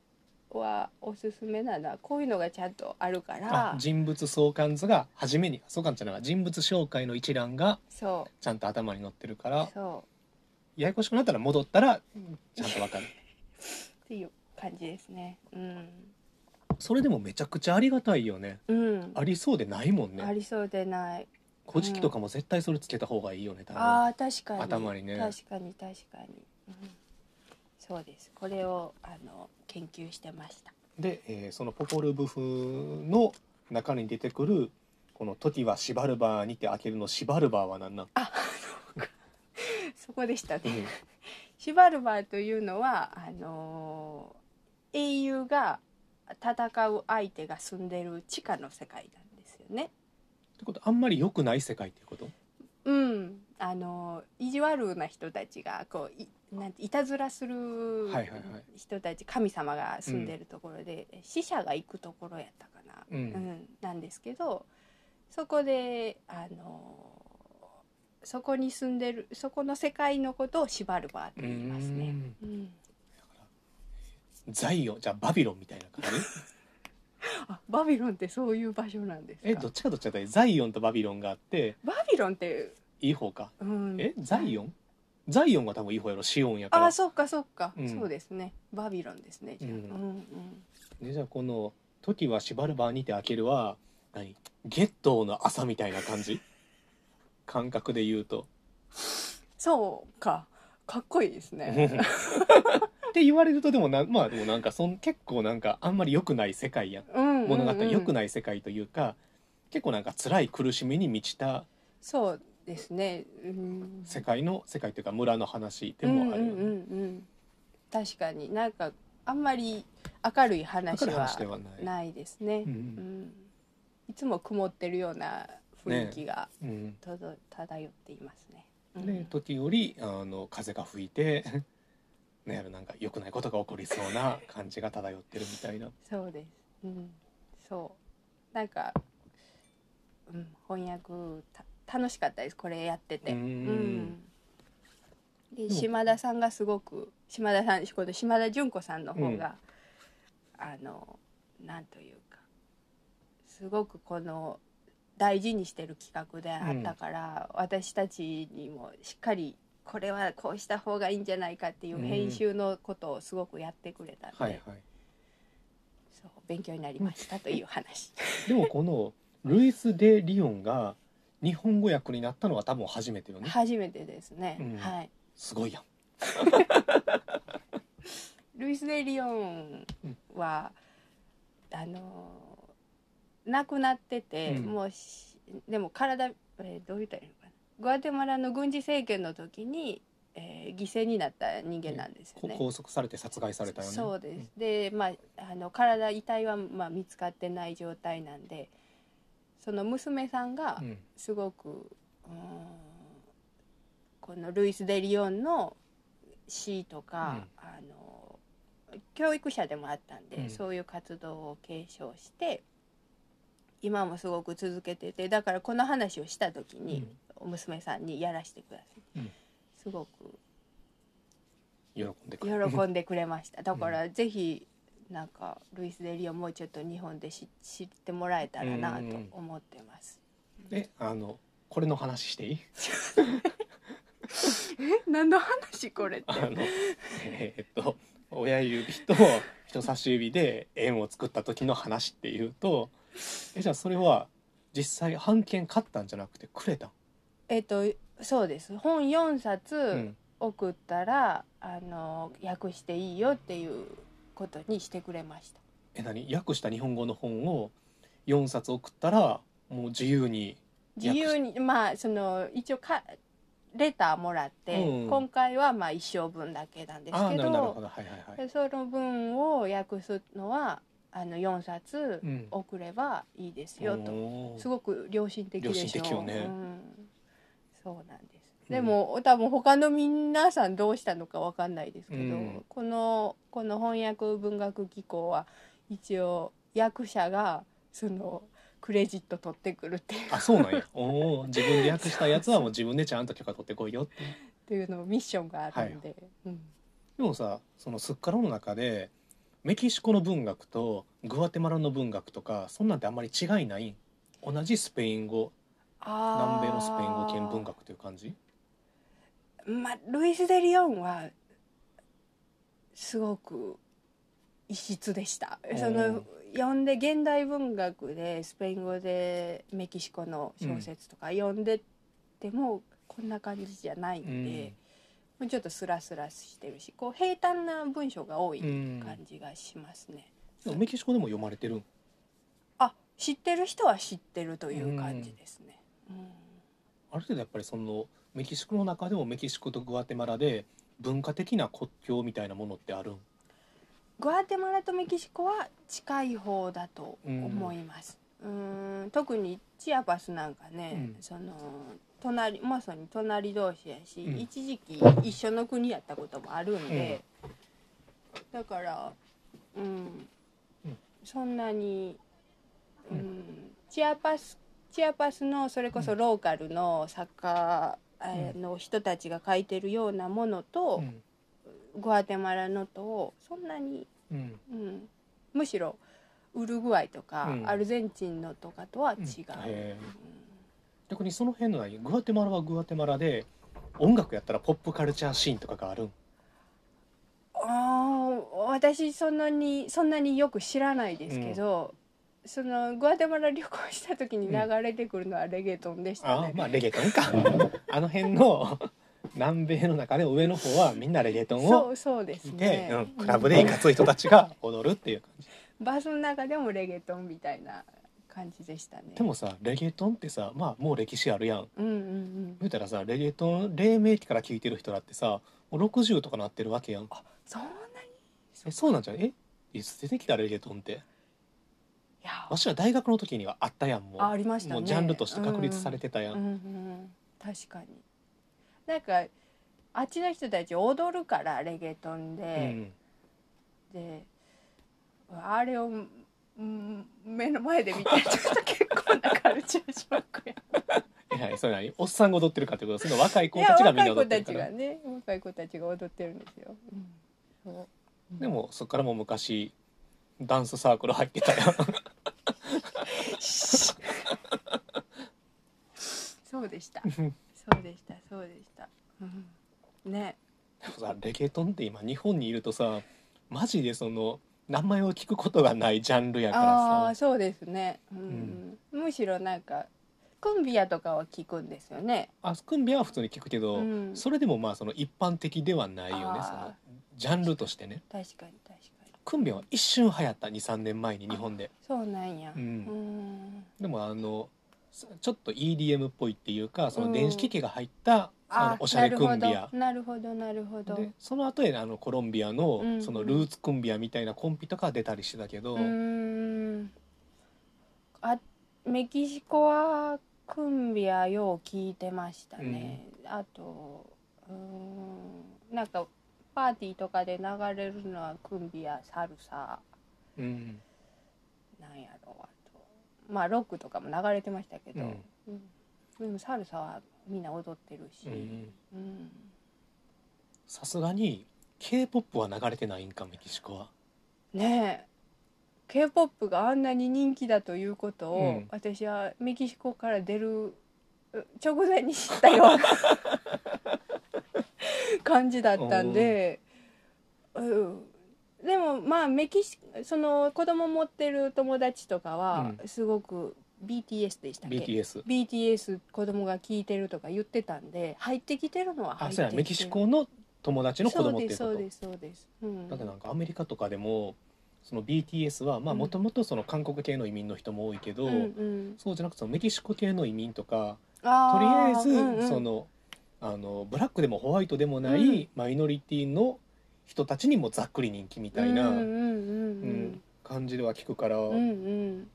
はおすすめなのはこういうのがちゃんとあるかあら人物相関図が初めに相関じゃない人物紹介の一覧がそちゃんと頭に載ってるかうらそややこしくなったら戻ったらちゃんとわかるうっていう感じですねうん。それでもめちゃくちゃありがたいよねうん、ありそうでないもんあねりそうでない「古事記」とかも絶対それつけた方がいいよね多分ああ確かに頭にね確かに確かに、うんそうですこれをあの研究してましたで、えーそのポポルブフの中に出てくるこの「時はシバルバーにて開ける」のシバルバーは何なん、あそうかそこでしたね、うんシュバルバーというのはあのー英雄が戦う相手が住んでる地下の世界なんですよね。ってことあんまり良くない世界っていうことうん、あのー意地悪な人たちがこういなんていたずらするはいはいはい人たち、神様が住んでるところで、死者が行くところやったかな、うんなんですけどそこであのーそこに住んでるそこの世界のことをシュバルバーと言いますね。うんザイオンじゃあバビロンみたいな感 [laughs] じあバビロンってそういう場所なんですかえどっちかどっちかだよザイオンとバビロンがあってバビロンって、いい方かうん、えザイオンザイオンが多分いい方やろシオンやかあらあそっかそっか、うんそうですねバビロンですねじゃあ、ううんんうんでじゃあこの「時はシバルバーにて開けるは」何ゲットーの朝みたいな感じ感覚で言うとそうかかっこいいですね、 [laughs] って言われるとでもなまあでもなんかそん結構なんかあんまり良くない世界やんうん物語良くいない世界というか結構なんか辛い苦しみに満ちたそうですね、うん、世界の世界というか村の話でもあるよね、うんうんうんうん確かになんかあんまり明るいだか話らは話ではないないですね、ううんん、いつも曇ってるような雰囲気がうんとど、漂っていますね、ううんん、で時折あの風が吹いて [laughs] なんやろなんか良くないことが起こりそうな感じが漂ってるみたいなそうです。うん、そう。なんか、うん、翻訳た楽しかったです。これやってて。うーんうんででも島田さんがすごく島田さんこの島田純子さんの方が、あのなんというかすごくこの大事にしてる企画であったから、私たちにもしっかりこれはこうした方がいいんじゃないかっていう編集のことをすごくやってくれたんで、はいはいそう勉強になりましたとい [laughs] う話。でもこのルイス・デ・リオンが日本語訳になったのは多分初めてよね初めてですね。うんはい。すごいやんルイスデリオンは、あのー亡くなってて、うんもうしでも体、えーどう言ったらいいのかな。グアテマラの軍事政権の時に、えー犠牲になった人間なんですよこね。拘束されて殺害されたよねそうです。で、まああの体遺体はまあ見つかってない状態なんで、その娘さんが、うんすごくうーんこのルイス・デ・リオンの詩とか、あの教育者でもあったんで、うんそういう活動を継承して今もすごく続けててだからこの話をした時に、娘さんにやらせてください、うんすごく喜んでく喜れる [laughs] んでくれましただからぜひなんかルイス・デ・リオンもうちょっと日本で知知ってもらえたらなと思ってます。であのこれの話してい [laughs] いえ何の話これって [laughs] あのえーっと親指と人差し指で円を作った時の話っていうとえじゃあそれは実際版権買ったんじゃなくてくれたん、えっとそうです本4冊ん送ったら、あの訳していいよっていうことにしてくれましたえ何訳した日本語の本を4冊送ったらもう自由に自由にまあその一応かレターもらって、うん今回はまあ一生分だけなんですああけーなどるなるほどはいはいはい、その分を訳すのはあの4冊うん、送ればいいですよと、おーすごく良心的でしょ良心的よねうん、そうなんですうんでも、多分他の皆さんどうしたのかわかんないですけど、うんこのこの翻訳文学機構は一応役者がそのクレジット取ってくるっていうあそうなんや [laughs] おー自分で訳したやつはもう自分でちゃんと許可取ってこいよっていうっていうのミッションがあるんで、うん、でもさそのすっからの中でメキシコの文学とグアテマラの文学とかそんなんてあんまり違いないん同じスペイン語あー南米のスペイン語圏文学という感じまあルイス・デ・リオンはすごく異質でしたんその読んで現代文学でスペイン語でメキシコの小説とか読んでてもこんな感じじゃないんで、もうちょっとスラスラしてるしこう平坦な文章が多いうん感じがしますね。でもメキシコでも読まれてるんあ知ってる人は知ってるという感じですね。うんある程度やっぱりそのメキシコの中でもメキシコとグアテマラで文化的な国境みたいなものってあるんグアテマラとメキシコは近い方だと思います。うーん特にチアパスなんかね、うんその隣まさに隣同士やし、うん一時期一緒の国やったこともあるんで、だから、うんうんそんなに、う、うんチアパスチアパスのそれこそローカルの作家えーの人たちが書いてるようなものと、んグアテマラのとをそんなにうんうん、むしろウルグアイとか、うんアルゼンチンのとかとは違う、うんへえ逆にその辺の何グアテマラはグアテマラで音楽やったらポップカルチャーシーンとかがあるんあー私そんなにそんなによく知らないですけど、そのグアテマラ旅行した時に流れてくるのはレゲトンでしたあね、ーまあレゲトンかあの辺の南米の中で上の方はみんなレゲトンそをうそうです聞いてね、、うん、クラブでいかつい人たちが踊るっていう感じバスの中でもレゲトンみたいな感じでしたねでもさレゲトンってさまあもう歴史あるやんうんうんうん言うたらさレゲトン黎明期から聴いてる人だってさもう60とかなってるわけやんあそんなにえそうなんじゃんえいつ出てきたレゲトンっていやわしは大学の時にはあったやんもうあありましたねもうジャンルとして確立されてたやん、うんうん、確かになんかあっちの人たち踊るからレゲトンで、であれを、うん、目の前で見てちょっと結構なカルチャーショックやうん、えらいそれ何おっさんが踊ってるかってことその若いい子やたちがみん若ない踊っ子てたるからちがね若い子たちが踊ってるんですよ、うんそうでもそっからもう昔ダンスサークル入ってたやん [laughs] [laughs] そうでしたでもそうでしたそうでした、うん、ねさレゲトンって今日本にいるとさマジでその名前を聞くことがないジャンルやからああさーそうですね、うんむしろなんかコンビアとかは聞くんですよねあスクンビアは普通に聞くけど、うんそれでもまあその一般的ではないよねそのあジャンルとしてねー確かに確かにクンビアは一瞬流行った23年前に日本でそうなんやううんんでもあのそちょっと EDM っぽいっていうかその電子機器が入った、あのおしゃれクンビアなるほどなるほどなるでその後であのコロンビアのうんそのルーツクンビアみたいなコンピとか出たりしてたけど、ほどうーんあメキシコはクンビアよう聞いてましたね、あとうーんなんかパーティーとかで流れるのはクンビアサルサうんなんやろうあとまあロックとかも流れてましたけど、うんうんでもサルサはみんな踊ってるし、うんうんさすがに k p o p は流れてないんかメキシコは。ねえ k p o p があんなに人気だということを、うん私はメキシコから出るう直前に知っ [laughs] たような感じだったんで、うん、でもまあメキシその子供持ってる友達とかはすごく BTS でしたっけ、 BTS BTS 子供が聞いてるとか言ってたんで入ってきてるのはあ入ってきそてうるやメキシコの友達の子供っていうこそうとですそうですそうです、うん、だってなんかアメリカとかでもその BTS はまあうんもともとその韓国系の移民の人も多いけど、うんうん、そうじゃなくてそのメキシコ系の移民とかととりあえずその,、あのブラックでもホワイトでもない、うんマイノリティの人たちにもざっくり人気みたいな、うんうんうん感じでは聞くから、うんうんうんうん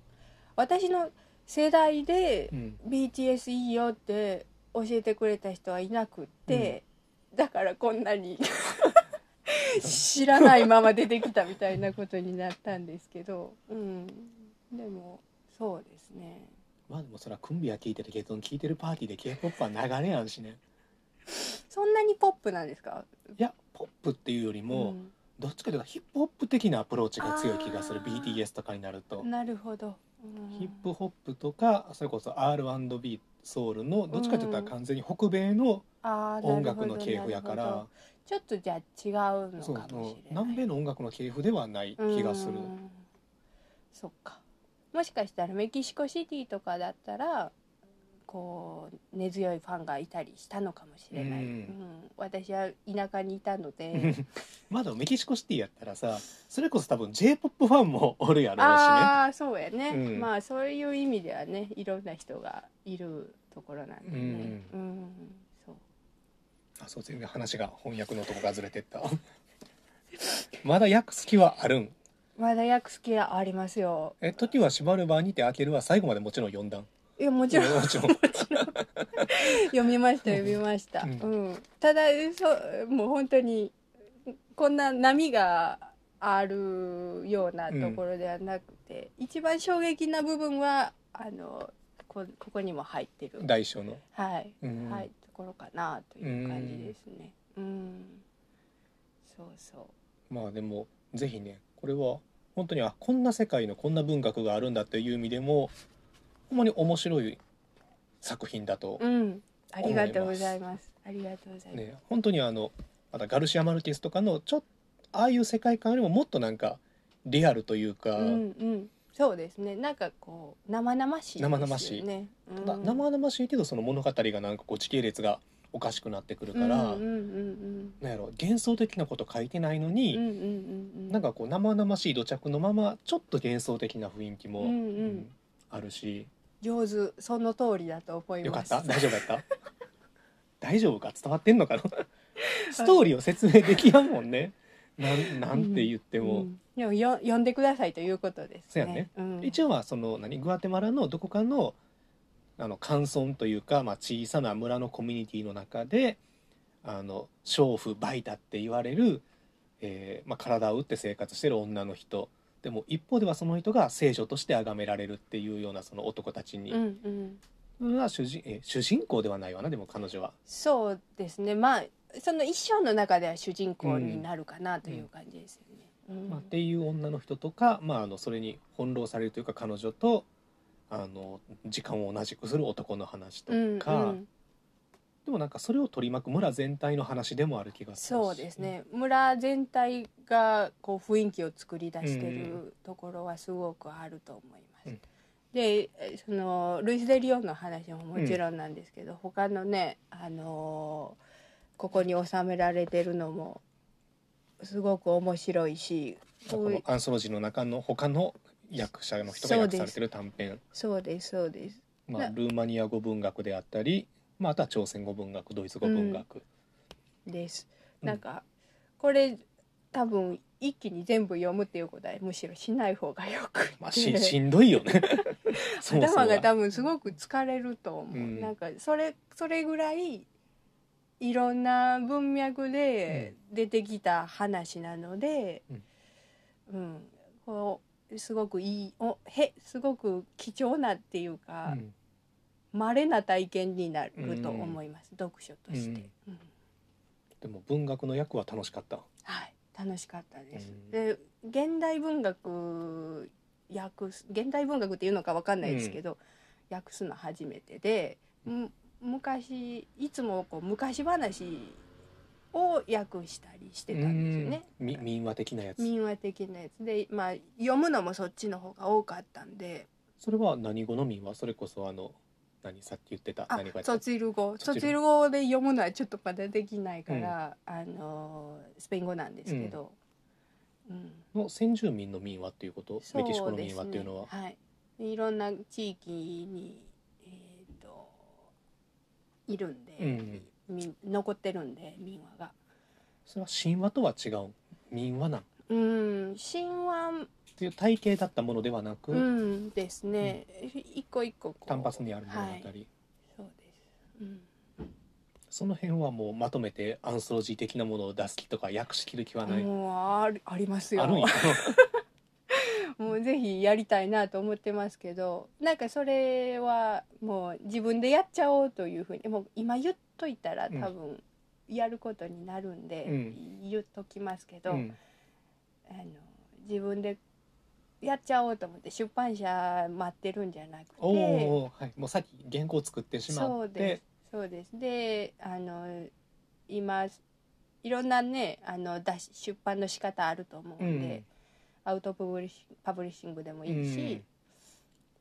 私の世代でうん BTS いいよって教えてくれた人はいなくって、だからこんなに知らないまま出てきたみたいなことになったんですけど、うん、でもそうですねまあでもそらクンビア聞いてるゲトン聞いてるパーティーで k p o p は流れやんしねそんなにポップなんですかいやポップっていうよりも、どっちかというとヒップホップ的なアプローチが強い気がするあー BTS とかになるとうん、。なるほど、うんヒップホップとかそれこそ R&B ソウルのどっちかというと完全に北米のあー音楽のなるほど系譜やかなるほらどちょっとじゃあ違うのそうかもしれない南米の音楽の系譜ではない気がするうんそっかもしかしたらメキシコシティとかだったらこう根強いファンがいたりしたのかもしれない、ううんん私は田舎にいたの [laughs] でまだメキシコシティやったらさそれこそ多分 j p o p ファンもおるやろうしねああそうやね、うんまあそういう意味ではねいろんな人がいるところなんでね、うんそうあそう全然話が翻訳のとこがずれてった [laughs] まだ訳す気はあるんまだ訳す気はありますよえ時は縛る場にて開けるは最後までもちろん読んだんいやもちろんもちろん [laughs] 読みました読みました、ううんんただそうもう本当にこんな波があるようなところではなくて、一番衝撃な部分はあのこここにも入ってる、大 [laughs] 小のはいうんはい、ところかなという感じですね。うんそうそうまあでもぜひねこれは本当にあこんな世界のこんな文学があるんだっていう意味でもほんまに面白い作品だと、うん、ありがとうございます。ありがとうございます。ね本当にあのまたガルシア・マルティスとかのちょっとああいう世界観よりももっとなんかリアルというか、うんうん、そうですね。なんかこう生々しいですよね。生々しいね。うたんだ生々しいけどその物語がなんかこう時系列がおかしくなってくるから、うんうんうんなんやろ幻想的なこと書いてないのに、うん。うんうんうんうなんかこう生々しい土着のままちょっと幻想的な雰囲気も、うんうんあるし上手その通りだと思いよかまっす。た大丈夫だった [laughs] 大丈夫か伝わってんのかなストーリーを説明できやんもんねなんなんて言ってでも、うん、でもよ呼んでくださいということですそうやねね。うん一応はその何グアテマラのどこかのあの乾村というか、まあ、小さな村のコミュニティの中であの娼婦バイタって言われる、えーまあ、体を打って生活してる女の人でも一方ではその人が聖女として崇められるっていうようなその男たちに、うんうん。は主人えー主人公ではないわなでも彼女は。そうですね。まあその一生の中では主人公になるかなという感じですよね。うんまあ、っていう女の人とか、まあ、あのそれに翻弄されるというか彼女とあの時間を同じくする男の話とか、うんうんでもなんかそれを取り巻く村全体の話でもある気がするしそうです、ね、村全体がこう雰囲気を作り出してうるところはすごくあると思います。うんでえそのルイス・デ・リオンの話ももちろんなんですけど、他のね、あのーここに収められてるのもすごく面白いしまあこのアンソロジーの中の他の役者の人がそう訳ですされてる短編、そうですそうです。まあ、なルーマニア語文学であったり、まあ、あとは朝鮮語文学ドイツ語文学、です。うんなんか、これ多分一気に全部読むっていうことはむしろしない方がよくて、まあ、ししんどいよねそもそも [laughs] 頭がが多分すごく疲れると思う、うんなんかそれそれぐらいいろんな文脈で出てきた話なので、うんこうすごくいいおへすごく貴重なっていううかん稀な体験になると思います、読書として、うんでも文学の役は楽しかった。はい楽しかったです、うんで現代文学訳す現代文学っていうのかわかんないですけど、訳すの初めてで、む昔いつもこう昔話を訳したりしてたんですよね、うんみ民話的なやつ。民話的なやつでまあ読むのもそっちの方が多かったんでそれは何語の民話？それこそあの何さっき言ってたあ何語やったソツイル語ソツソイルツイル語で読むのはちょっとまだできないから、あのスペイン語なんですけど、うん、の先住民の民話っていうこと？メキシコの民話っていうのはそ。ですねはいでいろんな地域にえーといるんで、うんみ残ってるんで民話がそれは神話とは違う民話なんっうん神話ていう体系だったものではなく、うんですね、一個一個こう単発にある物語。はい、そうです、うん、その辺はもうまとめてアンソロジー的なものを出す気とか訳しきる気はない。もうあるありますよあるんや。もうぜひやりたいなと思ってますけどなんかそれはもう自分でやっちゃおうというふうにもう今言っといたらうん多分やることになるんで、うん言っときますけど、うんあの自分でやっちゃおうと思って出版社待ってるんじゃなくておお、はい。もうさっき原稿を作ってしまそうっですて、そうですであの今いろんなねあの出し出版の仕方あると思うんで、アウトプブリッシパブリッシングでもいいし、うん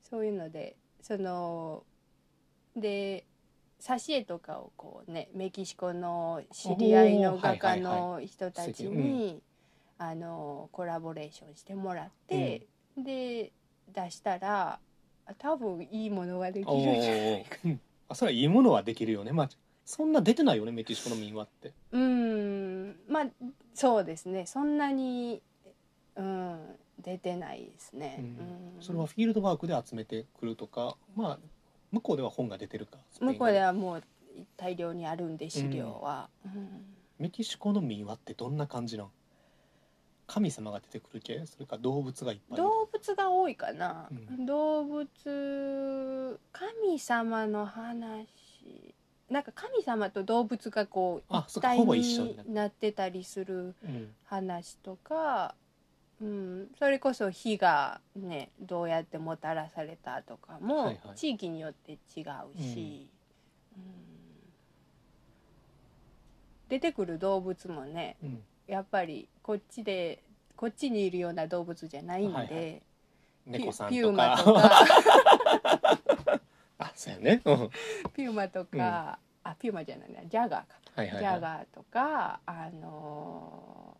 そういうのでそので挿絵とかをこうねメキシコの知り合いの画家おーはいはの人たち素敵にあのコラボレーションしてもらって、で出したら多分いいものができおるんじゃーうんあそれはいいものはできるよねまあそんな出てないよねメキシコの民話ってうーんまあそうですねそんなに、うん、出てないですね。ううんんそれはフィールドワークで集めてくるとかまあ向こうでは本が出てるかスペイン語向こうではもう大量にあるんで資料は。うんメキシコの民話ってどんな感じなん神様が出てくる系それか動物がいっぱいいる動物が多いかな、うん動物神様の話なんか神様と動物がこうあ一そっか体ほぼ一緒になるになってたりするうん話とか、うん、それこそ火がねどうやってもたらされたとかも、はいはい地域によって違うし、うん出てくる動物もね、うんやっぱりこっちでこっちにいるような動物じゃないんで、はいはいピ猫さんピューとマかとか [laughs] あそうやねうんピューマとか、あピューマじゃないなジャガーか、はいはいジャはガーとかあの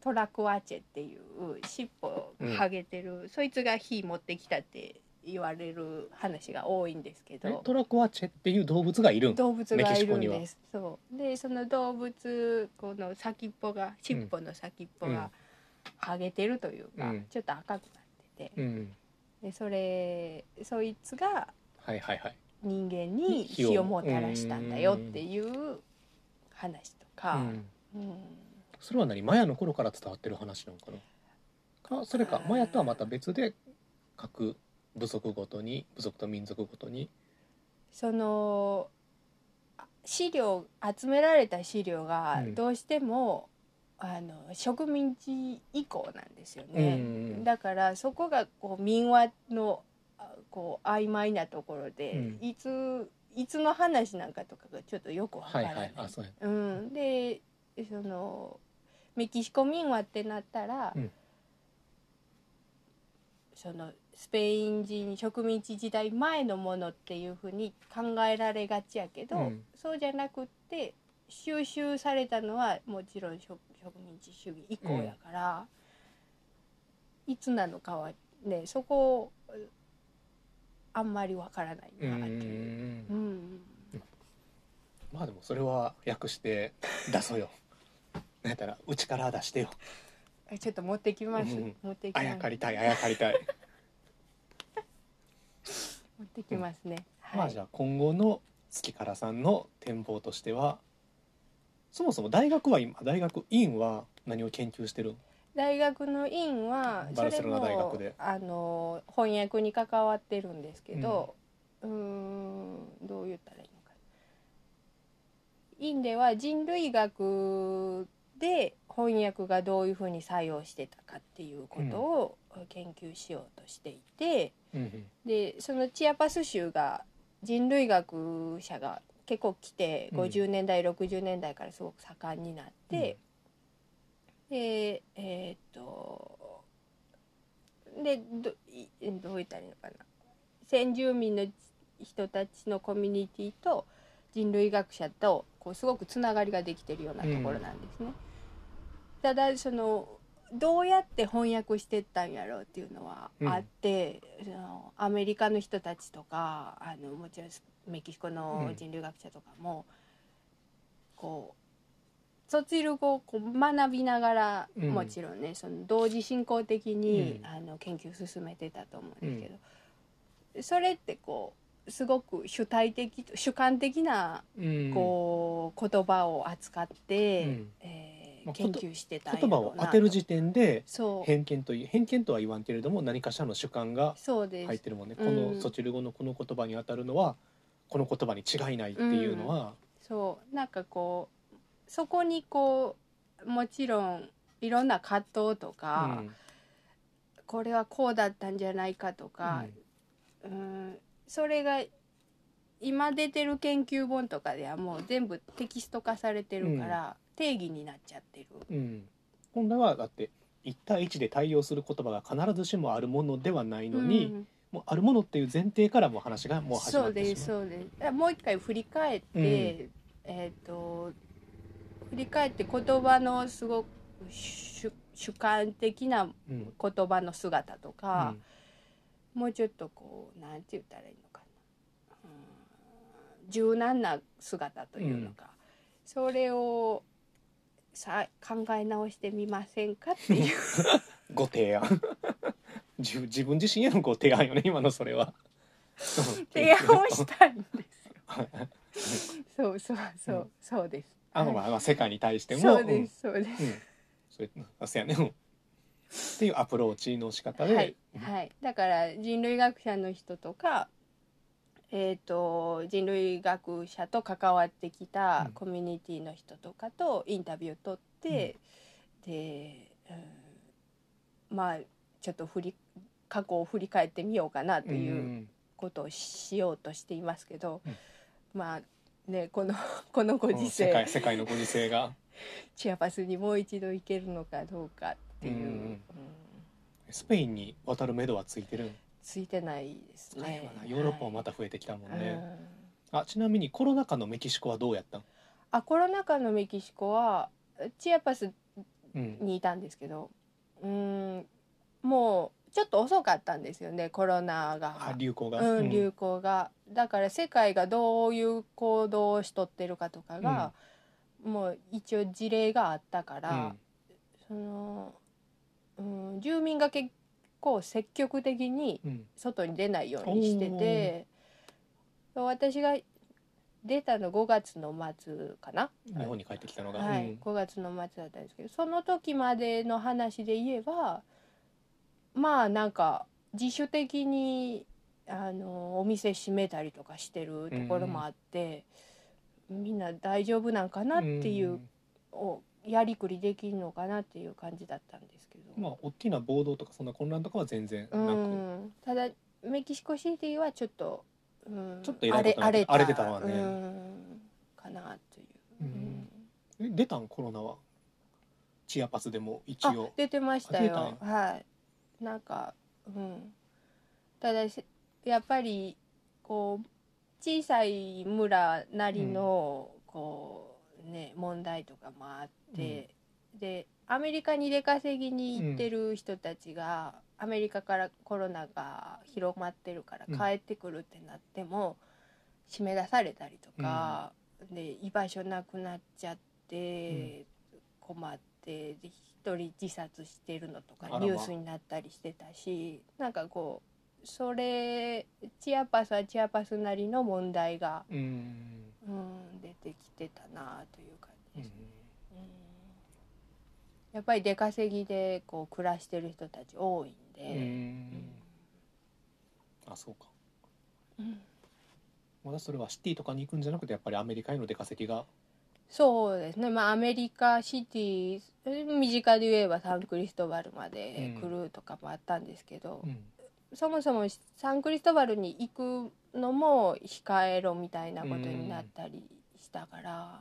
ートラクアチェっていう尻尾はげてる、そいつが火持ってきたって言われる話が多いんですけいえどトラコアチェっていう動物がいるん動物がいるんメキシコにではすそうでその動物この先っぽが尻尾の先っぽがはげてるというか、うんちょっと赤くなってて。うんでそれそいつがはいはいはい人間に火を火をもたらしたんだよっていう話とか、うんうんそれは何マヤの頃から伝わってる話なのかなかそれかマヤとはまた別で各部族ごとに部族と民族ごとにそのあ資料集められた資料がうんどうしても、あの植民地以降なんですよね、うんだからそこがこう民話のあこう曖昧なところで、ういついつの話なんかとかがちょっとよくわかはいらない、はいあそうやうん、でそのメキシコ民話ってなったら、うんそのスペイン人植民地時代前のものっていうふうに考えられがちやけど、うんそうじゃなくって収集されたのはもちろん植植民地主義以降やから、いつなのかはねそこあんまりわからないなっていう。んうんまあでもそれは訳 [laughs] して出そうよなんやったらうちから出してよえちょっと持ってきます。うん持ってきまあす。やかりたいあやかりたい、持ってきますね。まはあいじゃあ今後の月からさんの展望としてはそもそも大学は今大学院は何を研究してるん大学の院はバルセロナ大学でそれもあの翻訳に関わってるんですけど、うーん、どう言ったらいいのか。院では人類学で翻訳がどういうふうに作用してたかっていうことを研究しようとしていて。うんでそのチアパス州が人類学者が結構来てうん50年代、60年代からすごく盛んになって、でえーっとでどいどう言ったらいいのかな先住民の人たちのコミュニティと人類学者とこうすごくつながりができてるようなところなんですね。ただそのどうやって翻訳してったんやろうっていうのはあって、そのアメリカの人たちとかあのもちろんメキシコの人類学者とかも、こう卒イル語をこう学びながら、うんもちろんねその同時進行的に、うんあの研究進めてたと思うんですけど、それってこうすごく主体的主観的なうんこう、言葉を扱って、うんえーまあ研究してたんや言葉ろをうな当とてる時点でそう偏見という偏見とは言わんけれども何かしらの主観がそうで入っすてるもんね、うんこのソチル語のこの言葉に当たるのはこの言葉に違いないっていうのは、そうなんかこうそこにこうもちろんいろんな葛藤とか、これはこうだったんじゃないかとか、うん、それが今出てる研究本とかではもう全部テキスト化されてるから、定義になっちゃってる。うんうん本来はだって1対1で対応する言葉が必ずしもあるものではないのに、うんもうあるものっていう前提からもう話がもう始まそっうでてすしまうそうですだからもう一回振り返って、うんえっ、と振り返って言葉のすごく主主観的なうん言葉の姿とか、うもうちょっとこうなんて言ったらいいのかな、うん、柔軟な姿というのか、それをさ考え直してみませんかっていう [laughs] んご提案 [laughs] 自自分自身へのご提案よね今のそれは [laughs] 提案 [laughs] をしたいんですよ。そうそうそう、うんそうです。あの、まあまあ、世界に対してもそうです、そうです。うんうんそうやあそうやねうんっていうアプローチの仕方で、はいうんはい、だから人類学者の人とか、えー、と人類学者と関わってきたうんコミュニティの人とかとインタビューを取って、で、うんまあちょっと振り過去を振り返ってみようかなといううんことをしようとしていますけど、うんまあねこの [laughs] このごこの時世界世世界のご時世がチアパスにもう一度行けるのかどうかっていう、うんうんスペインに渡る目処はついてるんついてないですだよねな。ヨーロッパもまた増えてきたもんはいね、うんあちなみにコロナ禍のメキシコはどうやったん、あコロナ禍のメキシコはチアパスうんにいたんですけどうーんもうちょっと遅かったんですよねコロナあが、流行が、うん、流行が、だから世界がどういう行動をしとってるかとかが、もう一応事例があったから、その、うん、住民が結構積極的にうんうん外に出ないようにしてて私が出たの5月の末かな、日本に帰ってきたのが、はういん、 5月の末だったんですけどその時までの話で言えばまあなんか自主的にあのお店閉めたりとかしてるところもあって、みんな大丈夫なんかなっていう、んをやりくりできるのかなっていう感じだったんですけど。まあ大きな暴動とかそんな混乱とかは全然なうく、ん、ただメキシコシティはちょっと、うん、ちょっとえらいことになって荒荒れてたわねうん、かなというう、うんんえ出たんコロナはチアパスでも一あ応出てましたよあ出はいなんかうんただしやっぱりこう小さい村なりの、こうね問題とかもあって、でアメリカに出稼ぎに行ってる人たちが、アメリカからコロナが広まってるからうん帰ってくるってなっても、締め出されたりとか、で居場所なくなっちゃって、困ってで一人自殺してるのとあからまニュースになったりしてたし、なんかこうそれチアパスはチアパスなりの問題が、うん、うん、出てきてたなという感うじです、んうんやっぱり出稼ぎでこう暮らしてる人たち多いんうで、んあそうかうんまだそれはシティとかに行くんじゃなくてやっぱりアメリカへの出稼ぎがそうですね、まあ、アメリカシティ身近で言えばサンクリストバルまで来るとかもあったんですけど、うんそもそもサンクリストバルに行くのも控えろみたいなことになったりしたから、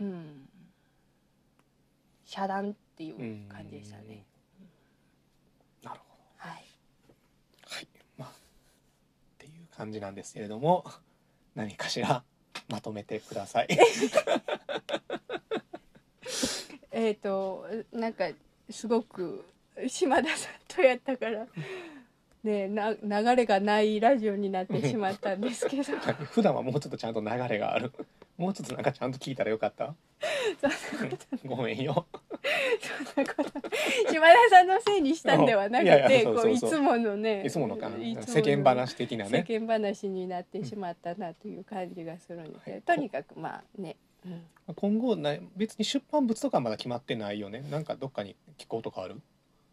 うん遮断っていう感じでしたね。なるほどはい、はいまあっていう感じなんですけれども何かしらまとめてくださいえっ、となんかすごく島田さんとやっ [laughs] たから。ねえな流れがないラジオになってしまったんです [laughs] けど [laughs] [laughs] 普段はもうちょっとちゃんと流れがあるもうちょっとなんかちゃんと聞いたらよかったごめんよ島田さんのせいにしたんではなくいやいてやそうこそうういそうつものねいつものかいつもの世間話的なね世間話になってしまったなという感じがするんですけど、はいとにかくまあね、うん今後な別に出版物とかまだ決まってないよねなんかどっかに聞こうとかある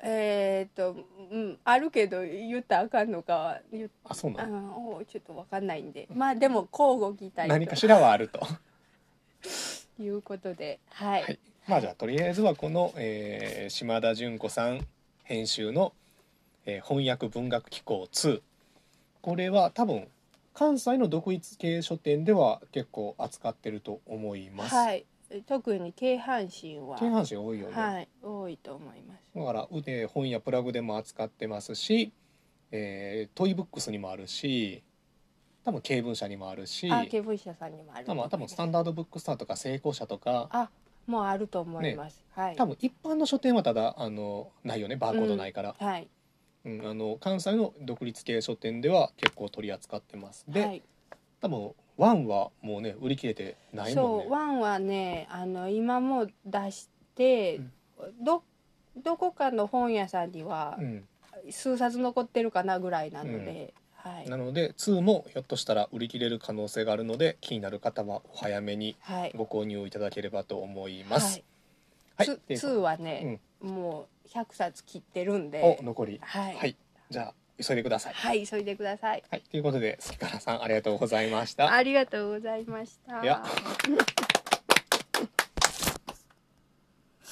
えっ、と、うん、あるけど言ったらあかんのかは言っあそうなあののちょっとわかんないんでまあでも交互期何待かしらはあるとということではい、はいまあじゃあとりあえずはこの、えー島田純子さん編集の、えー翻訳文学機構2」これは多分関西の独立系書店では結構扱ってると思います。はい特に京阪神は京阪神多いよね、はい多いと思います。だから、えー本やプラグでも扱ってますし、えートイブックスにもあるし多分経文社にもあるしあ経文社さんにもあると多思分います多分スタンダードブックスターとか成功者とかあもうあると思います、はい多分一般の書店はただあのないよねバーコードないから、はいうんあの関西の独立系書店では結構取り扱ってますで、はい多分ワンはもうね売り切れてないもんねそうワンはねあの今も出して、どどこかの本屋さんにはうん、数冊残ってるかなぐらいなので、はいなので2もひょっとしたら売り切れる可能性があるので気になる方はお早めにはいご購入いただければと思います。ははいい、ツでツーはね、もう100冊切ってるんでお残りはいはいじゃあ急いでください。はい急いでくださいはいということで関原さんありがとうございました。ありがとうございましたいや